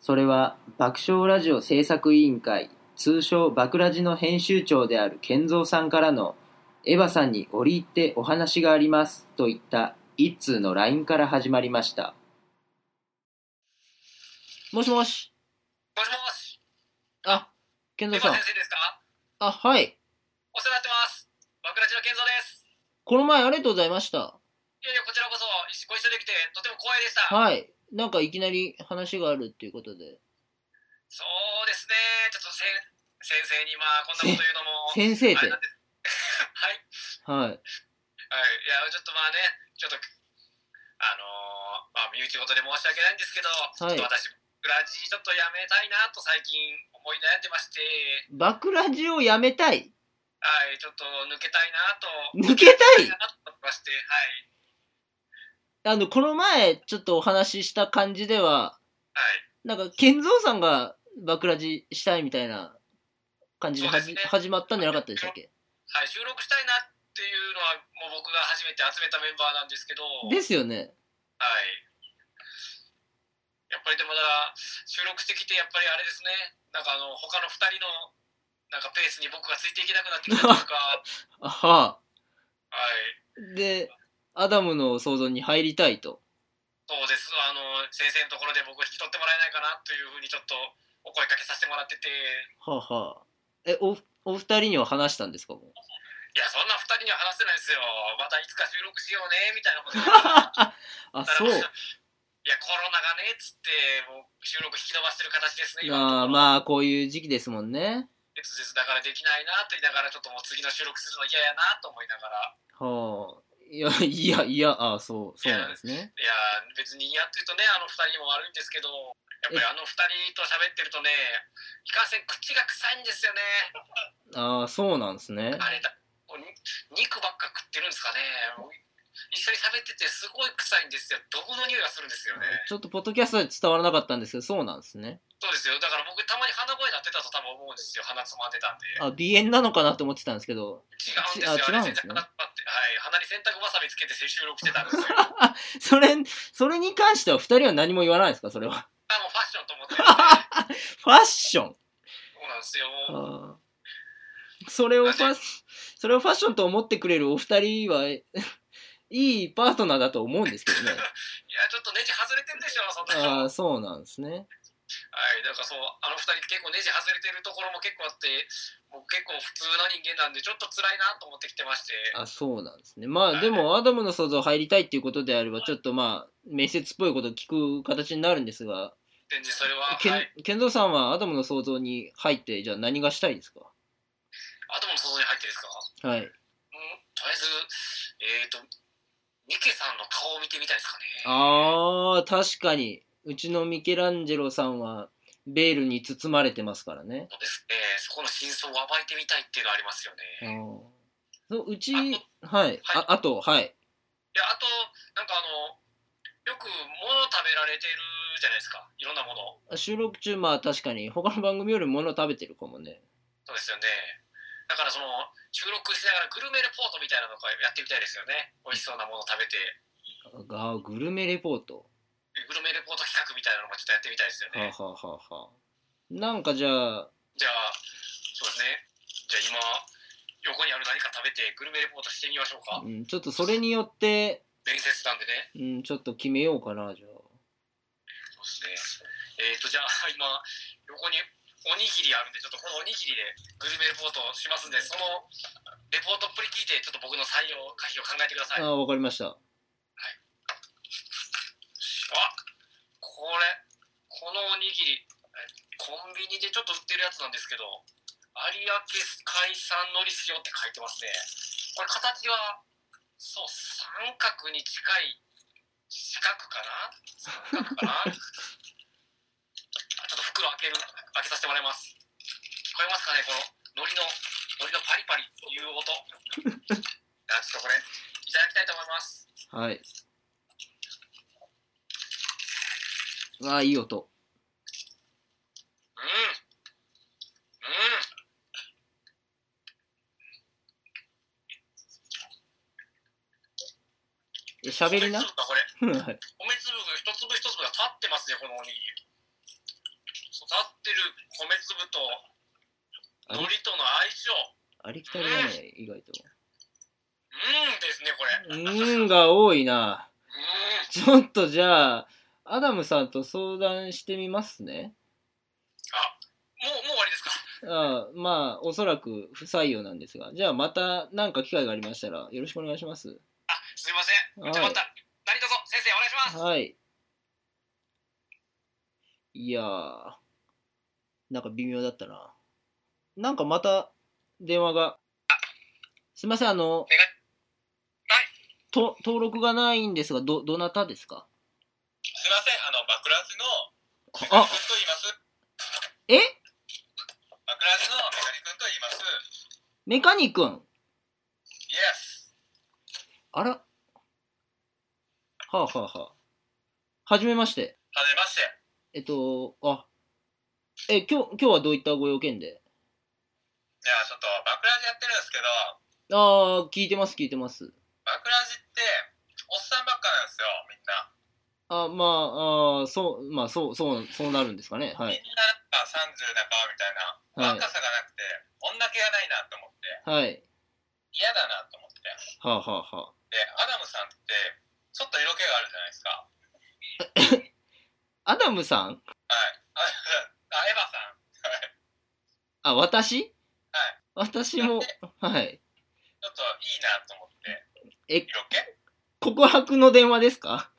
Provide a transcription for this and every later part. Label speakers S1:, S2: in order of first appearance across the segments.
S1: それは爆笑ラジオ制作委員会通称爆ラジの編集長である健三さんからのエヴァさんに折り入ってお話がありますといった一通の LINE から始まりましたもしもし
S2: もしもし、
S1: あ健
S2: 今
S1: 三さ
S2: 先
S1: ん
S2: 生ですか
S1: あはい
S2: お世話になってます。バクラジの健三です。
S1: この前ありがとうございました
S2: いやいや、こちらこそご一緒できてとても光栄でした。
S1: はいなんかいきなり話があるっていうことで
S2: そうですね、ちょっとせん先生にまあこんなこと言
S1: 先
S2: うのも。
S1: 生って
S2: あれなんです は
S1: はい
S2: い、はい、いや、ちょっとまあね、ちょっと、あのーまあ、身内事で申し訳ないんですけど、
S1: い
S2: ちょっと私、バクラジちょっとやめたいなと最近思い悩んでまして、
S1: 爆ラジをやめたい
S2: はい、ちょっと抜けたいなと。
S1: 抜けたい
S2: なと思いまして、はい、
S1: あのこの前ちょっとお話しした感じでは
S2: はい。
S1: なんか健三さんが爆ラジしたいみたいな感じではじ
S2: そうですね
S1: 始まったんじゃなかったでしたっけ
S2: はい、収録したいなっていうのはもう僕が初めて集めたメンバーなんですけど、はい、
S1: ですよね
S2: やっぱりでもだ収録してきてやっぱりあれですねなんかあの他の2人のなんかペースに僕がついていけなくなってきたというか、は、
S1: あはいあでアダムの想像に入りたいと
S2: そうですあの先生のところで僕を引き取ってもらえないかなというふうにちょっとお声かけさせてもらっててい
S1: はあはあえおお二人には話したんですか もう
S2: やそんな2人には話せないですよまたいつか収録しようねみたいなこと
S1: あそう
S2: 言って いやコロナがねっつってもう収録引き伸ばしてる形ですね
S1: あー
S2: 今のところ
S1: まあこういう時期ですもんね
S2: 別々だからできないなと言いながらちょっともう次の収録するの嫌やなと思いながら
S1: はあいやいやいやあそうそうなんですね
S2: いやー別に嫌って言うとねあの2人にも悪いんですけどやっぱりあの2人と喋ってるとねいかんせん口が臭いんですよね
S1: ああそうなんですね
S2: あれだこうに肉ばっか食ってるんですかねもう一緒に喋っててすごい臭いんですよ毒の匂いがするんですよね
S1: ちょっとポッドキャストで伝わらなかったんですけどそうなんですね
S2: そうですよだから僕たまに鼻声鳴ってたと多分思うんですよ鼻つまんでたんで
S1: あ鼻炎なのかなと思ってたんですけど
S2: 違うんですよ
S1: あ違
S2: あ
S1: うん
S2: れ
S1: ですね
S2: 全然鼻つまってはい鼻に洗濯ばさみつけて収録してた んですよ
S1: それそれに関しては二人は何も言わないんですかそれは
S2: あもうファッションと思ってるんで
S1: ファッション
S2: そうなんですよ。
S1: あーそれをファそれをファッションと思ってくれるお二人は いいパートナーだと思うんですけどね
S2: いや、ちょっとネジ外れてるでしょ、そん
S1: あ
S2: なの。
S1: あそうなんですね
S2: はい、だからそう、あの二人結構ネジ外れてるところも結構あって、僕結構普通な人間なんで、ちょっと辛いなと思ってきてまして。
S1: あそうなんですねまあでもアダムの想像入りたいっていうことであればちょっとまあ面接っぽいことを聞く形になるんですが
S2: 全然それは、
S1: けん
S2: はい。
S1: 健三さんはアダムの想像に入ってじゃあ何がしたいですか
S2: あとも想像に入っていいですか
S1: はい
S2: うん、とりあえず、えっ、ー、と、ミケさんの顔を見てみたいですかね。
S1: あー確かにうちのミケランジェロさんはベールに包まれてますからね
S2: そうですね、そこの真相を暴いてみたいっていうのありますよ
S1: あ
S2: ね。
S1: ー
S2: い
S1: そううち
S2: あ
S1: はいああとはい
S2: や、あと、なんかあの、よく物食べられてるじゃないですか、いろんなもの。
S1: 収録中まあ確かに他の番組より物食べてるかもね
S2: そうですよね。だからその収録しながらグルメレポートみたいなのとかやってみたいですよね。美味しそうなもの食べて、
S1: がグルメレポート
S2: グルメレポート企画みたいなのもちょっとやってみたいですよ
S1: は
S2: ね。
S1: あ、はあはあはあ、なんかじゃあ
S2: じゃあ、そうですね。じゃあ今、横にある何か食べてグルメレポートしてみましょうか。
S1: うん、ちょっとそれによって、
S2: 面接なんでね。
S1: うん、ちょっと決めようかなじゃ
S2: そうですね。えっ、ー、と、じゃあ今、横におにぎりあるんで、ちょっとこのおにぎりでグルメレポートしますんで、そのレポートっぷり聞いて、ちょっと僕の採用可否を考えてくださ
S1: あ
S2: い。
S1: ああわかりました
S2: あこれこのおにぎりえコンビニでちょっと売ってるやつなんですけど有明海産のり塩って書いてますねこれ形はそう三角に近い四角かな三角かなあちょっと袋開ける開けさせてもらいます聞こえますかねこの海苔の海苔のパリパリという音あちょっとこれいただきたいと思います
S1: はいわあいい音
S2: うん。うん。
S1: え喋りな
S2: 米粒がこれ。
S1: はい
S2: 米粒が一粒一粒が立ってますね、このおにぎり。ってる米粒と海苔との相性
S1: ありきたりだね、意外と。
S2: うんですねこれ
S1: うーんが多いな。
S2: うん
S1: ちょっとじゃあ、アダムさんと相談してみますね。
S2: もうもう終わりですか
S1: ああまあ、おそらく不採用なんですが。じゃあまた何か機会がありましたらよろしくお願いします。
S2: あすいませんじゃあまた何卒先生お願いします
S1: はい。いやー、なんか微妙だったな。なんかまた電話が。すいません、あの、
S2: 願いはい
S1: と登録がないんですが、ど、どなたですか
S2: すいませんあのバクラジの
S1: あ、
S2: と言います
S1: え
S2: バクラジのメガリ君と言います
S1: メカニ君。
S2: イエス
S1: あら。はあはあはあ。はじめまして。
S2: はじめまして
S1: えっと、あ、え、今日、今日はどういったご用件で
S2: いやちょっとバクラジやってるんですけど
S1: ああ、聞いてます、聞いてます。
S2: バクラジっておっさんばっかなんですよみんな
S1: あ、まあ、あーそう、まあ、そう、そう、そうなるんですかね。は
S2: み
S1: い。
S2: んななんか30半ばみたいな
S1: はい
S2: 若さがなくて、女気がないなと思って
S1: はい。
S2: 嫌だなと思って
S1: はあ、はあはあ、
S2: でアダムさんってちょっと色気があるじゃないですか
S1: アダムさん
S2: はいああエヴァさん
S1: あ、私私も、はい。
S2: ちょっといいなと思って
S1: え
S2: 色気
S1: 告白の電話ですか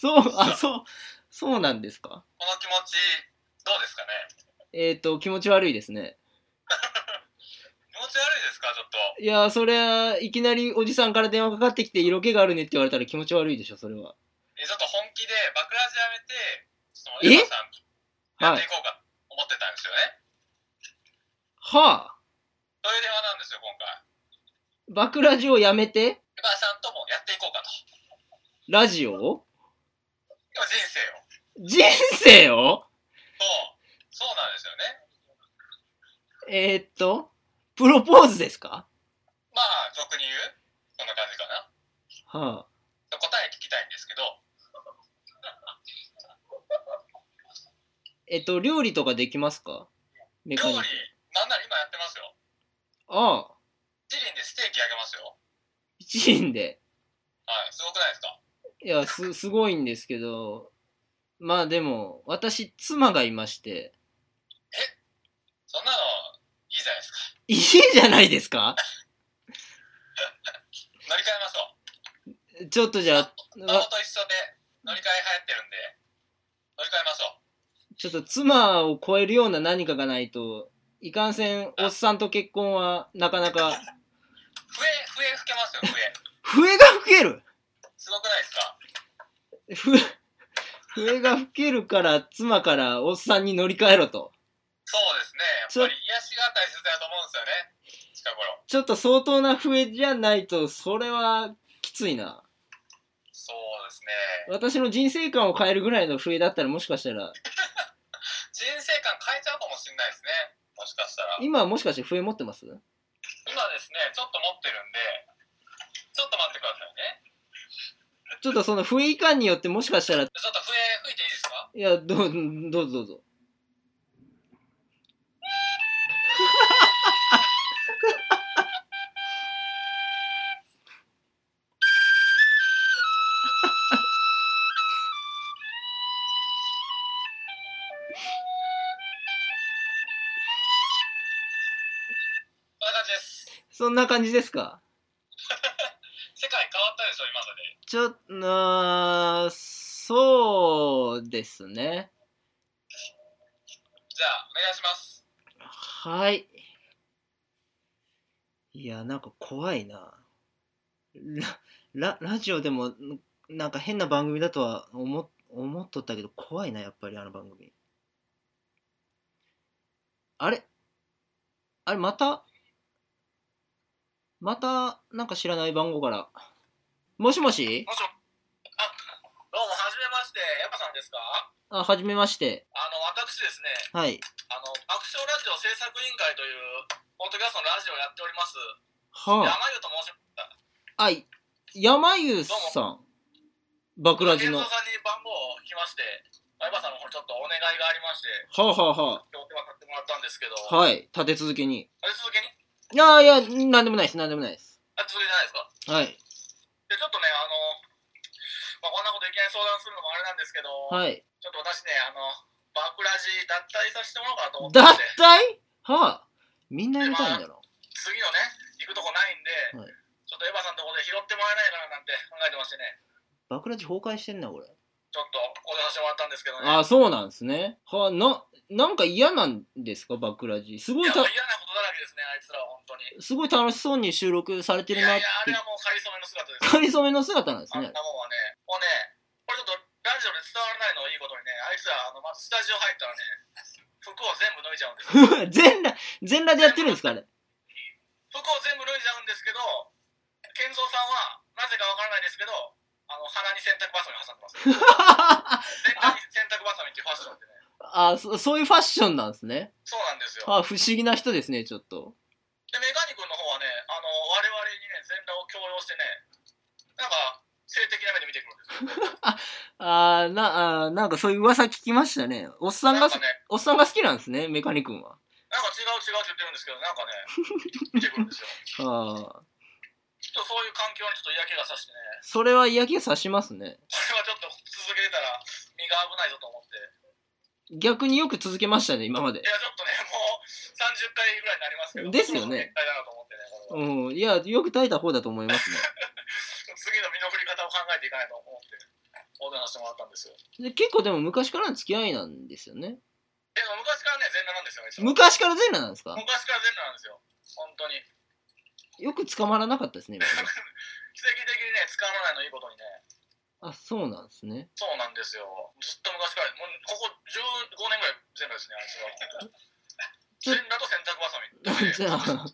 S2: そうなんですよ
S1: そう、あ、そう、そうなんですか
S2: この気持ちどうですかね
S1: えっ、と、気持ち悪いですね。
S2: 気持ち悪いですかちょっと
S1: いやー、そりゃ、いきなりおじさんから電話かかってきて、色気があるねって言われたら気持ち悪いでしょ、それは。
S2: えちょっと本気でバクラジやめてその
S1: え
S2: エヴァさんや
S1: は
S2: って
S1: い
S2: い。こうか思ってたんですよね、
S1: はあ、
S2: そういう電話なんですよ今回
S1: バクラジオやめて、
S2: エヴァさんともやっていこうかと
S1: ラジオを
S2: でも人生を
S1: 人生を
S2: そうそうなんですよね
S1: えー、っと、プロポーズですか
S2: まあ俗に言うこんな感じかな
S1: はあ。
S2: 答え聞きたいんですけど
S1: えっと、料理とかできますかメカ
S2: 料
S1: ニッ
S2: 理
S1: ク。
S2: なんなら今やってますよ
S1: ああ、
S2: 一輪でステーキあげますよ
S1: 一輪で。
S2: はいすごくないですか
S1: いや、す、すごいんですけど、まあでも、私、妻がいまして、
S2: そんなのいいじゃないですか
S1: いいじゃないですか
S2: 乗り換えましょう
S1: ちょっとじゃあ、
S2: 孫
S1: わ
S2: と一緒で乗り換え流行ってるんで乗り換えましょう
S1: ちょっと妻を超えるような何かがないと、いかんせん、おっさんと結婚は、なかな か、
S2: 笛笛吹けますよ笛
S1: 笛が吹ける
S2: すごくないですか
S1: 笛、笛が吹けるから、妻からおっさんに乗り換えろと。
S2: そうですね
S1: ちょ
S2: やっぱり癒しが大切だと思うんですよね近頃
S1: ちょっと相当な笛じゃないと、それは、きついな。
S2: そうですね
S1: 私の人生観を変えるぐらいの笛だったら、もしかしたら、
S2: 人生観変えちゃうかもしれないですねもしかしたら
S1: 今もしかして笛持ってます
S2: 今ですねちょっと持ってるんでちょっと待ってくださいね
S1: ちょっとその笛いかんによってもしかしたら、い
S2: ちょっと笛吹いていいですか
S1: や、どう、どうぞどうぞ。
S2: こんな感じです
S1: そんな感じですか
S2: 世界変わったでしょ今
S1: ちょっと、な
S2: まで
S1: ーそうですね。
S2: じゃあお願いします
S1: はい。いや、なんか怖いな。ラ、ラ、ラジオでも、んなんか変な番組だとは思っ、思っとったけど、怖いな、やっぱりあの番組。あれあれ、また、また、なんか知らない番号から。もしもし
S2: もしもあどうもはじめましてヤマさんですか
S1: あ、
S2: あ
S1: はじめまして。
S2: の私ですね
S1: はい。
S2: あの爆笑ラジオ制作委員会というポッドキャストのラジオをやっております
S1: は
S2: 山湯と申します
S1: あ、い山湯さん。バクラジの
S2: 健三。さんに番号を聞きまして、ま相葉さんの方ちょっとお願いがありまして、
S1: はあ、はあは
S2: 今日お手間させてもらったんですけど、
S1: あ、はい。立て続けに。
S2: あれ続けに
S1: いやいや、なんでもないです。なんでもないです。
S2: あ続けじゃな
S1: はい。
S2: いですかで、ちょっとね、あの、まあ、こんなこといきなり相談するのもあれなんですけど、
S1: はい。
S2: ちょっと私ね、あの、バクラジ脱退させてもらおうか
S1: 脱
S2: なと思
S1: 退
S2: ってて、
S1: はあ。みんなやりたいんだろ。
S2: 次のね、行くとこないんで、
S1: はい
S2: ちょっとエヴァさんのとこで拾ってもらえないかななんて考えてましてね、
S1: バクラジ崩壊してんな、これ。
S2: ちょっとお出させてもらったんですけどね。
S1: ああ、そうなんですね。はあ、な、なんか嫌なんですか、バクラジ。す
S2: い
S1: ごい
S2: や
S1: た
S2: もう、嫌なことだらけですね、あいつらは本当に。
S1: すごい楽しそうに収録されて
S2: い
S1: るなっ
S2: やいや、あ
S1: て
S2: れ。はもう仮初めの姿です。
S1: かりそめの姿なんです
S2: あん
S1: ね。
S2: なもんはね、もうね、これちょっとラジオで伝わらないのをいいことにね、あいつら、あのまずスタジオ入ったらね、服を全部脱いじゃうんですよ。
S1: 全裸、全裸でやってるんですか、あれ。
S2: 服を全部脱いじゃうんですけど、健三さんは、なぜかわからないですけど、あの鼻に洗濯バサミ挟んでます。 全体に洗濯バサミっていうファッションでね、
S1: あそ、そういうファッションなんですね。
S2: そうなんですよ。
S1: あ不思議な人ですね、ちょっと。
S2: で、メガニ君の方はね、あの我々にね、全裸を強要してね、なんか、性的な目で見てくるんですよ。
S1: あーな、あーなんかそういう噂聞きましたね。おっさん
S2: な
S1: が
S2: んか、ね、
S1: おっさんが好きなんですね、メカニ君は。
S2: なんか違う違うって言ってるんですけど、なんかね、見てくるんですよ。
S1: あ あ、
S2: ちょっとそういう環境にちょっと嫌気がさしてね、
S1: それは嫌気さしますね。
S2: これはちょっと続けてたら身が危ないぞと思って。
S1: 逆によく続けましたね、今まで
S2: い。や、ちょっとね、もう30回ぐらいになりますけど、
S1: ですよね
S2: そろそろ限界だなと思ってね、これは
S1: うん、いや、よく耐えた方だと思いますね。
S2: 次の身の振り方を考えていかないと思って、オーダーしてもらったんですよ。い
S1: で結構でも昔からの付き合いなんですよね。
S2: や、昔からね、全裸なんですよ、いつも
S1: 昔から全裸なんですか
S2: 昔から全裸なんですよ、本当に。
S1: よく捕まらなかったですね、今まで
S2: 奇跡的にね、使わないのいいことにね、
S1: あ、そうなんですね。
S2: そうなんですよ。ずっと昔から、もうここ15年ぐらい全裸ですね、あいつは。
S1: ちょ
S2: 全裸と洗濯バサミ。
S1: じゃあ、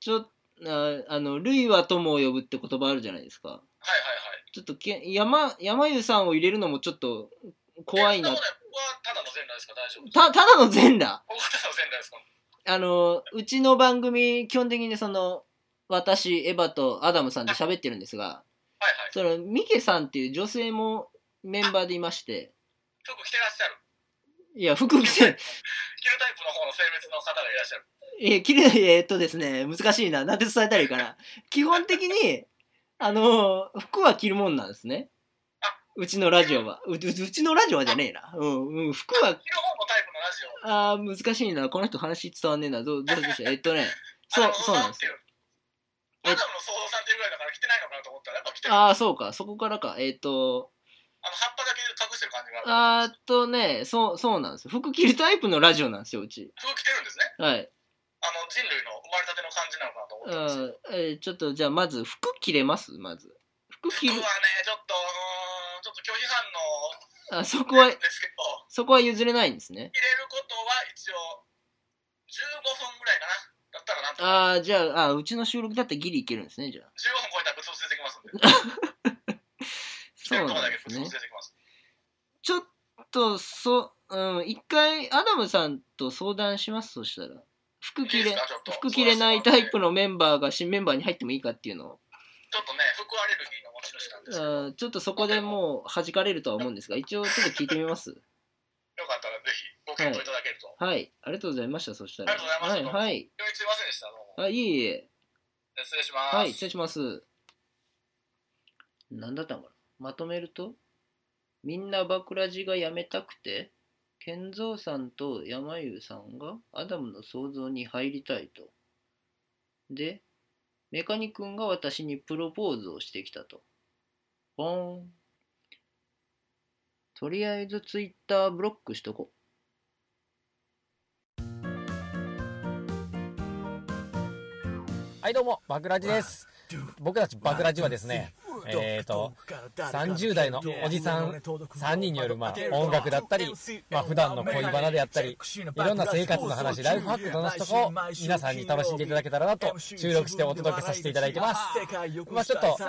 S1: ちょ、ああの、類は友を呼ぶって言葉あるじゃないですか。
S2: はいはいはい。
S1: ちょっとけ、山、山湯さんを入れるのもちょっと怖いな
S2: えそん。ことない僕はただの全裸ですから大丈夫です。
S1: た、ただの全裸
S2: 僕はただの全裸ですから。
S1: あの、うちの番組、基本的にその、私、エヴァとアダムさんで喋ってるんですが、
S2: はいはい。
S1: その、ミケさんっていう女性もメンバーでいまして、
S2: 服着てらっしゃる。
S1: いや、服着て、
S2: 着るタイプの方の性別の方がいらっしゃる。
S1: え、きれい、えーっとですね、難しいな。なんて伝えたらいいかな。基本的に、あのー服は着るもんなんですね
S2: あ。
S1: うちのラジオは。うううちのラジオはじゃねえな。うん、うん、服は、
S2: 着る方のタイプのラジオ。
S1: あー難しいな。この人話伝わんねえな。どう、どうで しょう。えっとね、そ
S2: あ
S1: う、そうなんですよ。。
S2: アダムの想像さんっていうぐらいだから着てないのかなと思ったら、やっぱ着てる。あ
S1: ああ、そうか。そこからか。えーっ、と、
S2: の葉っぱだけ隠してる感じがあ
S1: あ
S2: る。
S1: ーっとね、そう、そうなんですよ。服着るタイプのラジオなんですよ、うち。
S2: 服着てるんですね。
S1: はい。
S2: あの人類の生まれたての感じなのかなと思
S1: う
S2: ったんですよ。
S1: ん、えーちょっと、じゃあ、まず、服着れますまず。服着
S2: 僕
S1: る
S2: は。ね、ちょっと、うーんちょっと拒否反応
S1: あ、そこは、
S2: ですけど、
S1: そこは譲れないんですね。
S2: 入れることは一応、15分ぐらいかな。だったらなんとか。
S1: ああ、じゃあ、あーうちの収録だったらギリいけるんですね、じゃあ。
S2: 15分超えたらぶつぶつ出てきますんで。着
S1: そ
S2: て
S1: う
S2: るとこ
S1: な
S2: だ
S1: ん
S2: け
S1: です
S2: ぶつぶ
S1: ね
S2: つ。出てきます。
S1: ちょっと、そ、うん、一回、アダムさんと相談します、そしたら。服着
S2: いいで
S1: れ
S2: すかちょっ、と
S1: 服着れないタイプのメンバーが新メンバーに入ってもいいかっていうのを、
S2: ちょっとね、服アレルギーの持ち主なんですけど、
S1: うん、ちょっとそこでもう弾かれるとは思うんですが、一応ちょっと聞いてみます。
S2: よかったらぜひご検討いただけると。
S1: はい、ありがとうございました、そしたら。
S2: ありがとうございます
S1: はい、はい。
S2: 急にすいませんでした。どうも
S1: あ、いえいえ。
S2: 失礼します。
S1: はい、失礼します。何だったのかなまとめると、みんなバクラジがやめたくて、健三さんと山優さんがアダムの想像に入りたいと。で、メカニ君が私にプロポーズをしてきたと。ポーン。とりあえずツイッターブロックしとこ。
S3: はいどうも、バクラジです。僕たちバクラジはです ね、えーと、30代のおじさん3人による、まあ、音楽だったり、まあ、普段の恋バナであったり、いろんな生活の話、ライフハックの話とかを皆さんに楽しんでいただけたらなと、収録してお届けさせていただいてます。まあ、ちょっと、今回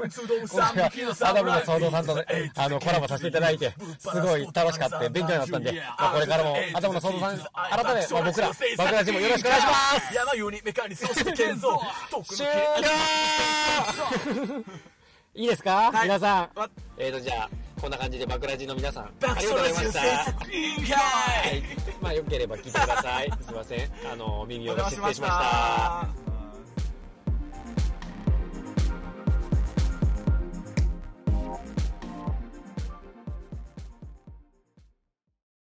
S3: はアダムの創造さんとね、あの、コラボさせていただいて、すごい楽しかった、勉強になったんで、まあ、これからもアダムの創造さん、改め、まあ、僕ら、バクラジもよろしくお願いします
S4: 山湯にメカニそして建造
S3: 終了 いいですか、皆さん
S4: わ
S3: えーとじゃあこんな感じでバクラジの皆さん、ありが
S4: 爆
S3: とうご
S4: 笑
S3: ざいま
S4: ラジオ
S3: した。
S4: 制
S3: は
S4: 作委員
S3: い。
S4: 会
S3: まあ、よければ聞いてください。すいません。あの、耳
S4: お
S3: を
S4: 邪魔
S3: 失
S4: し
S3: 礼し
S4: まし
S3: ました。
S4: た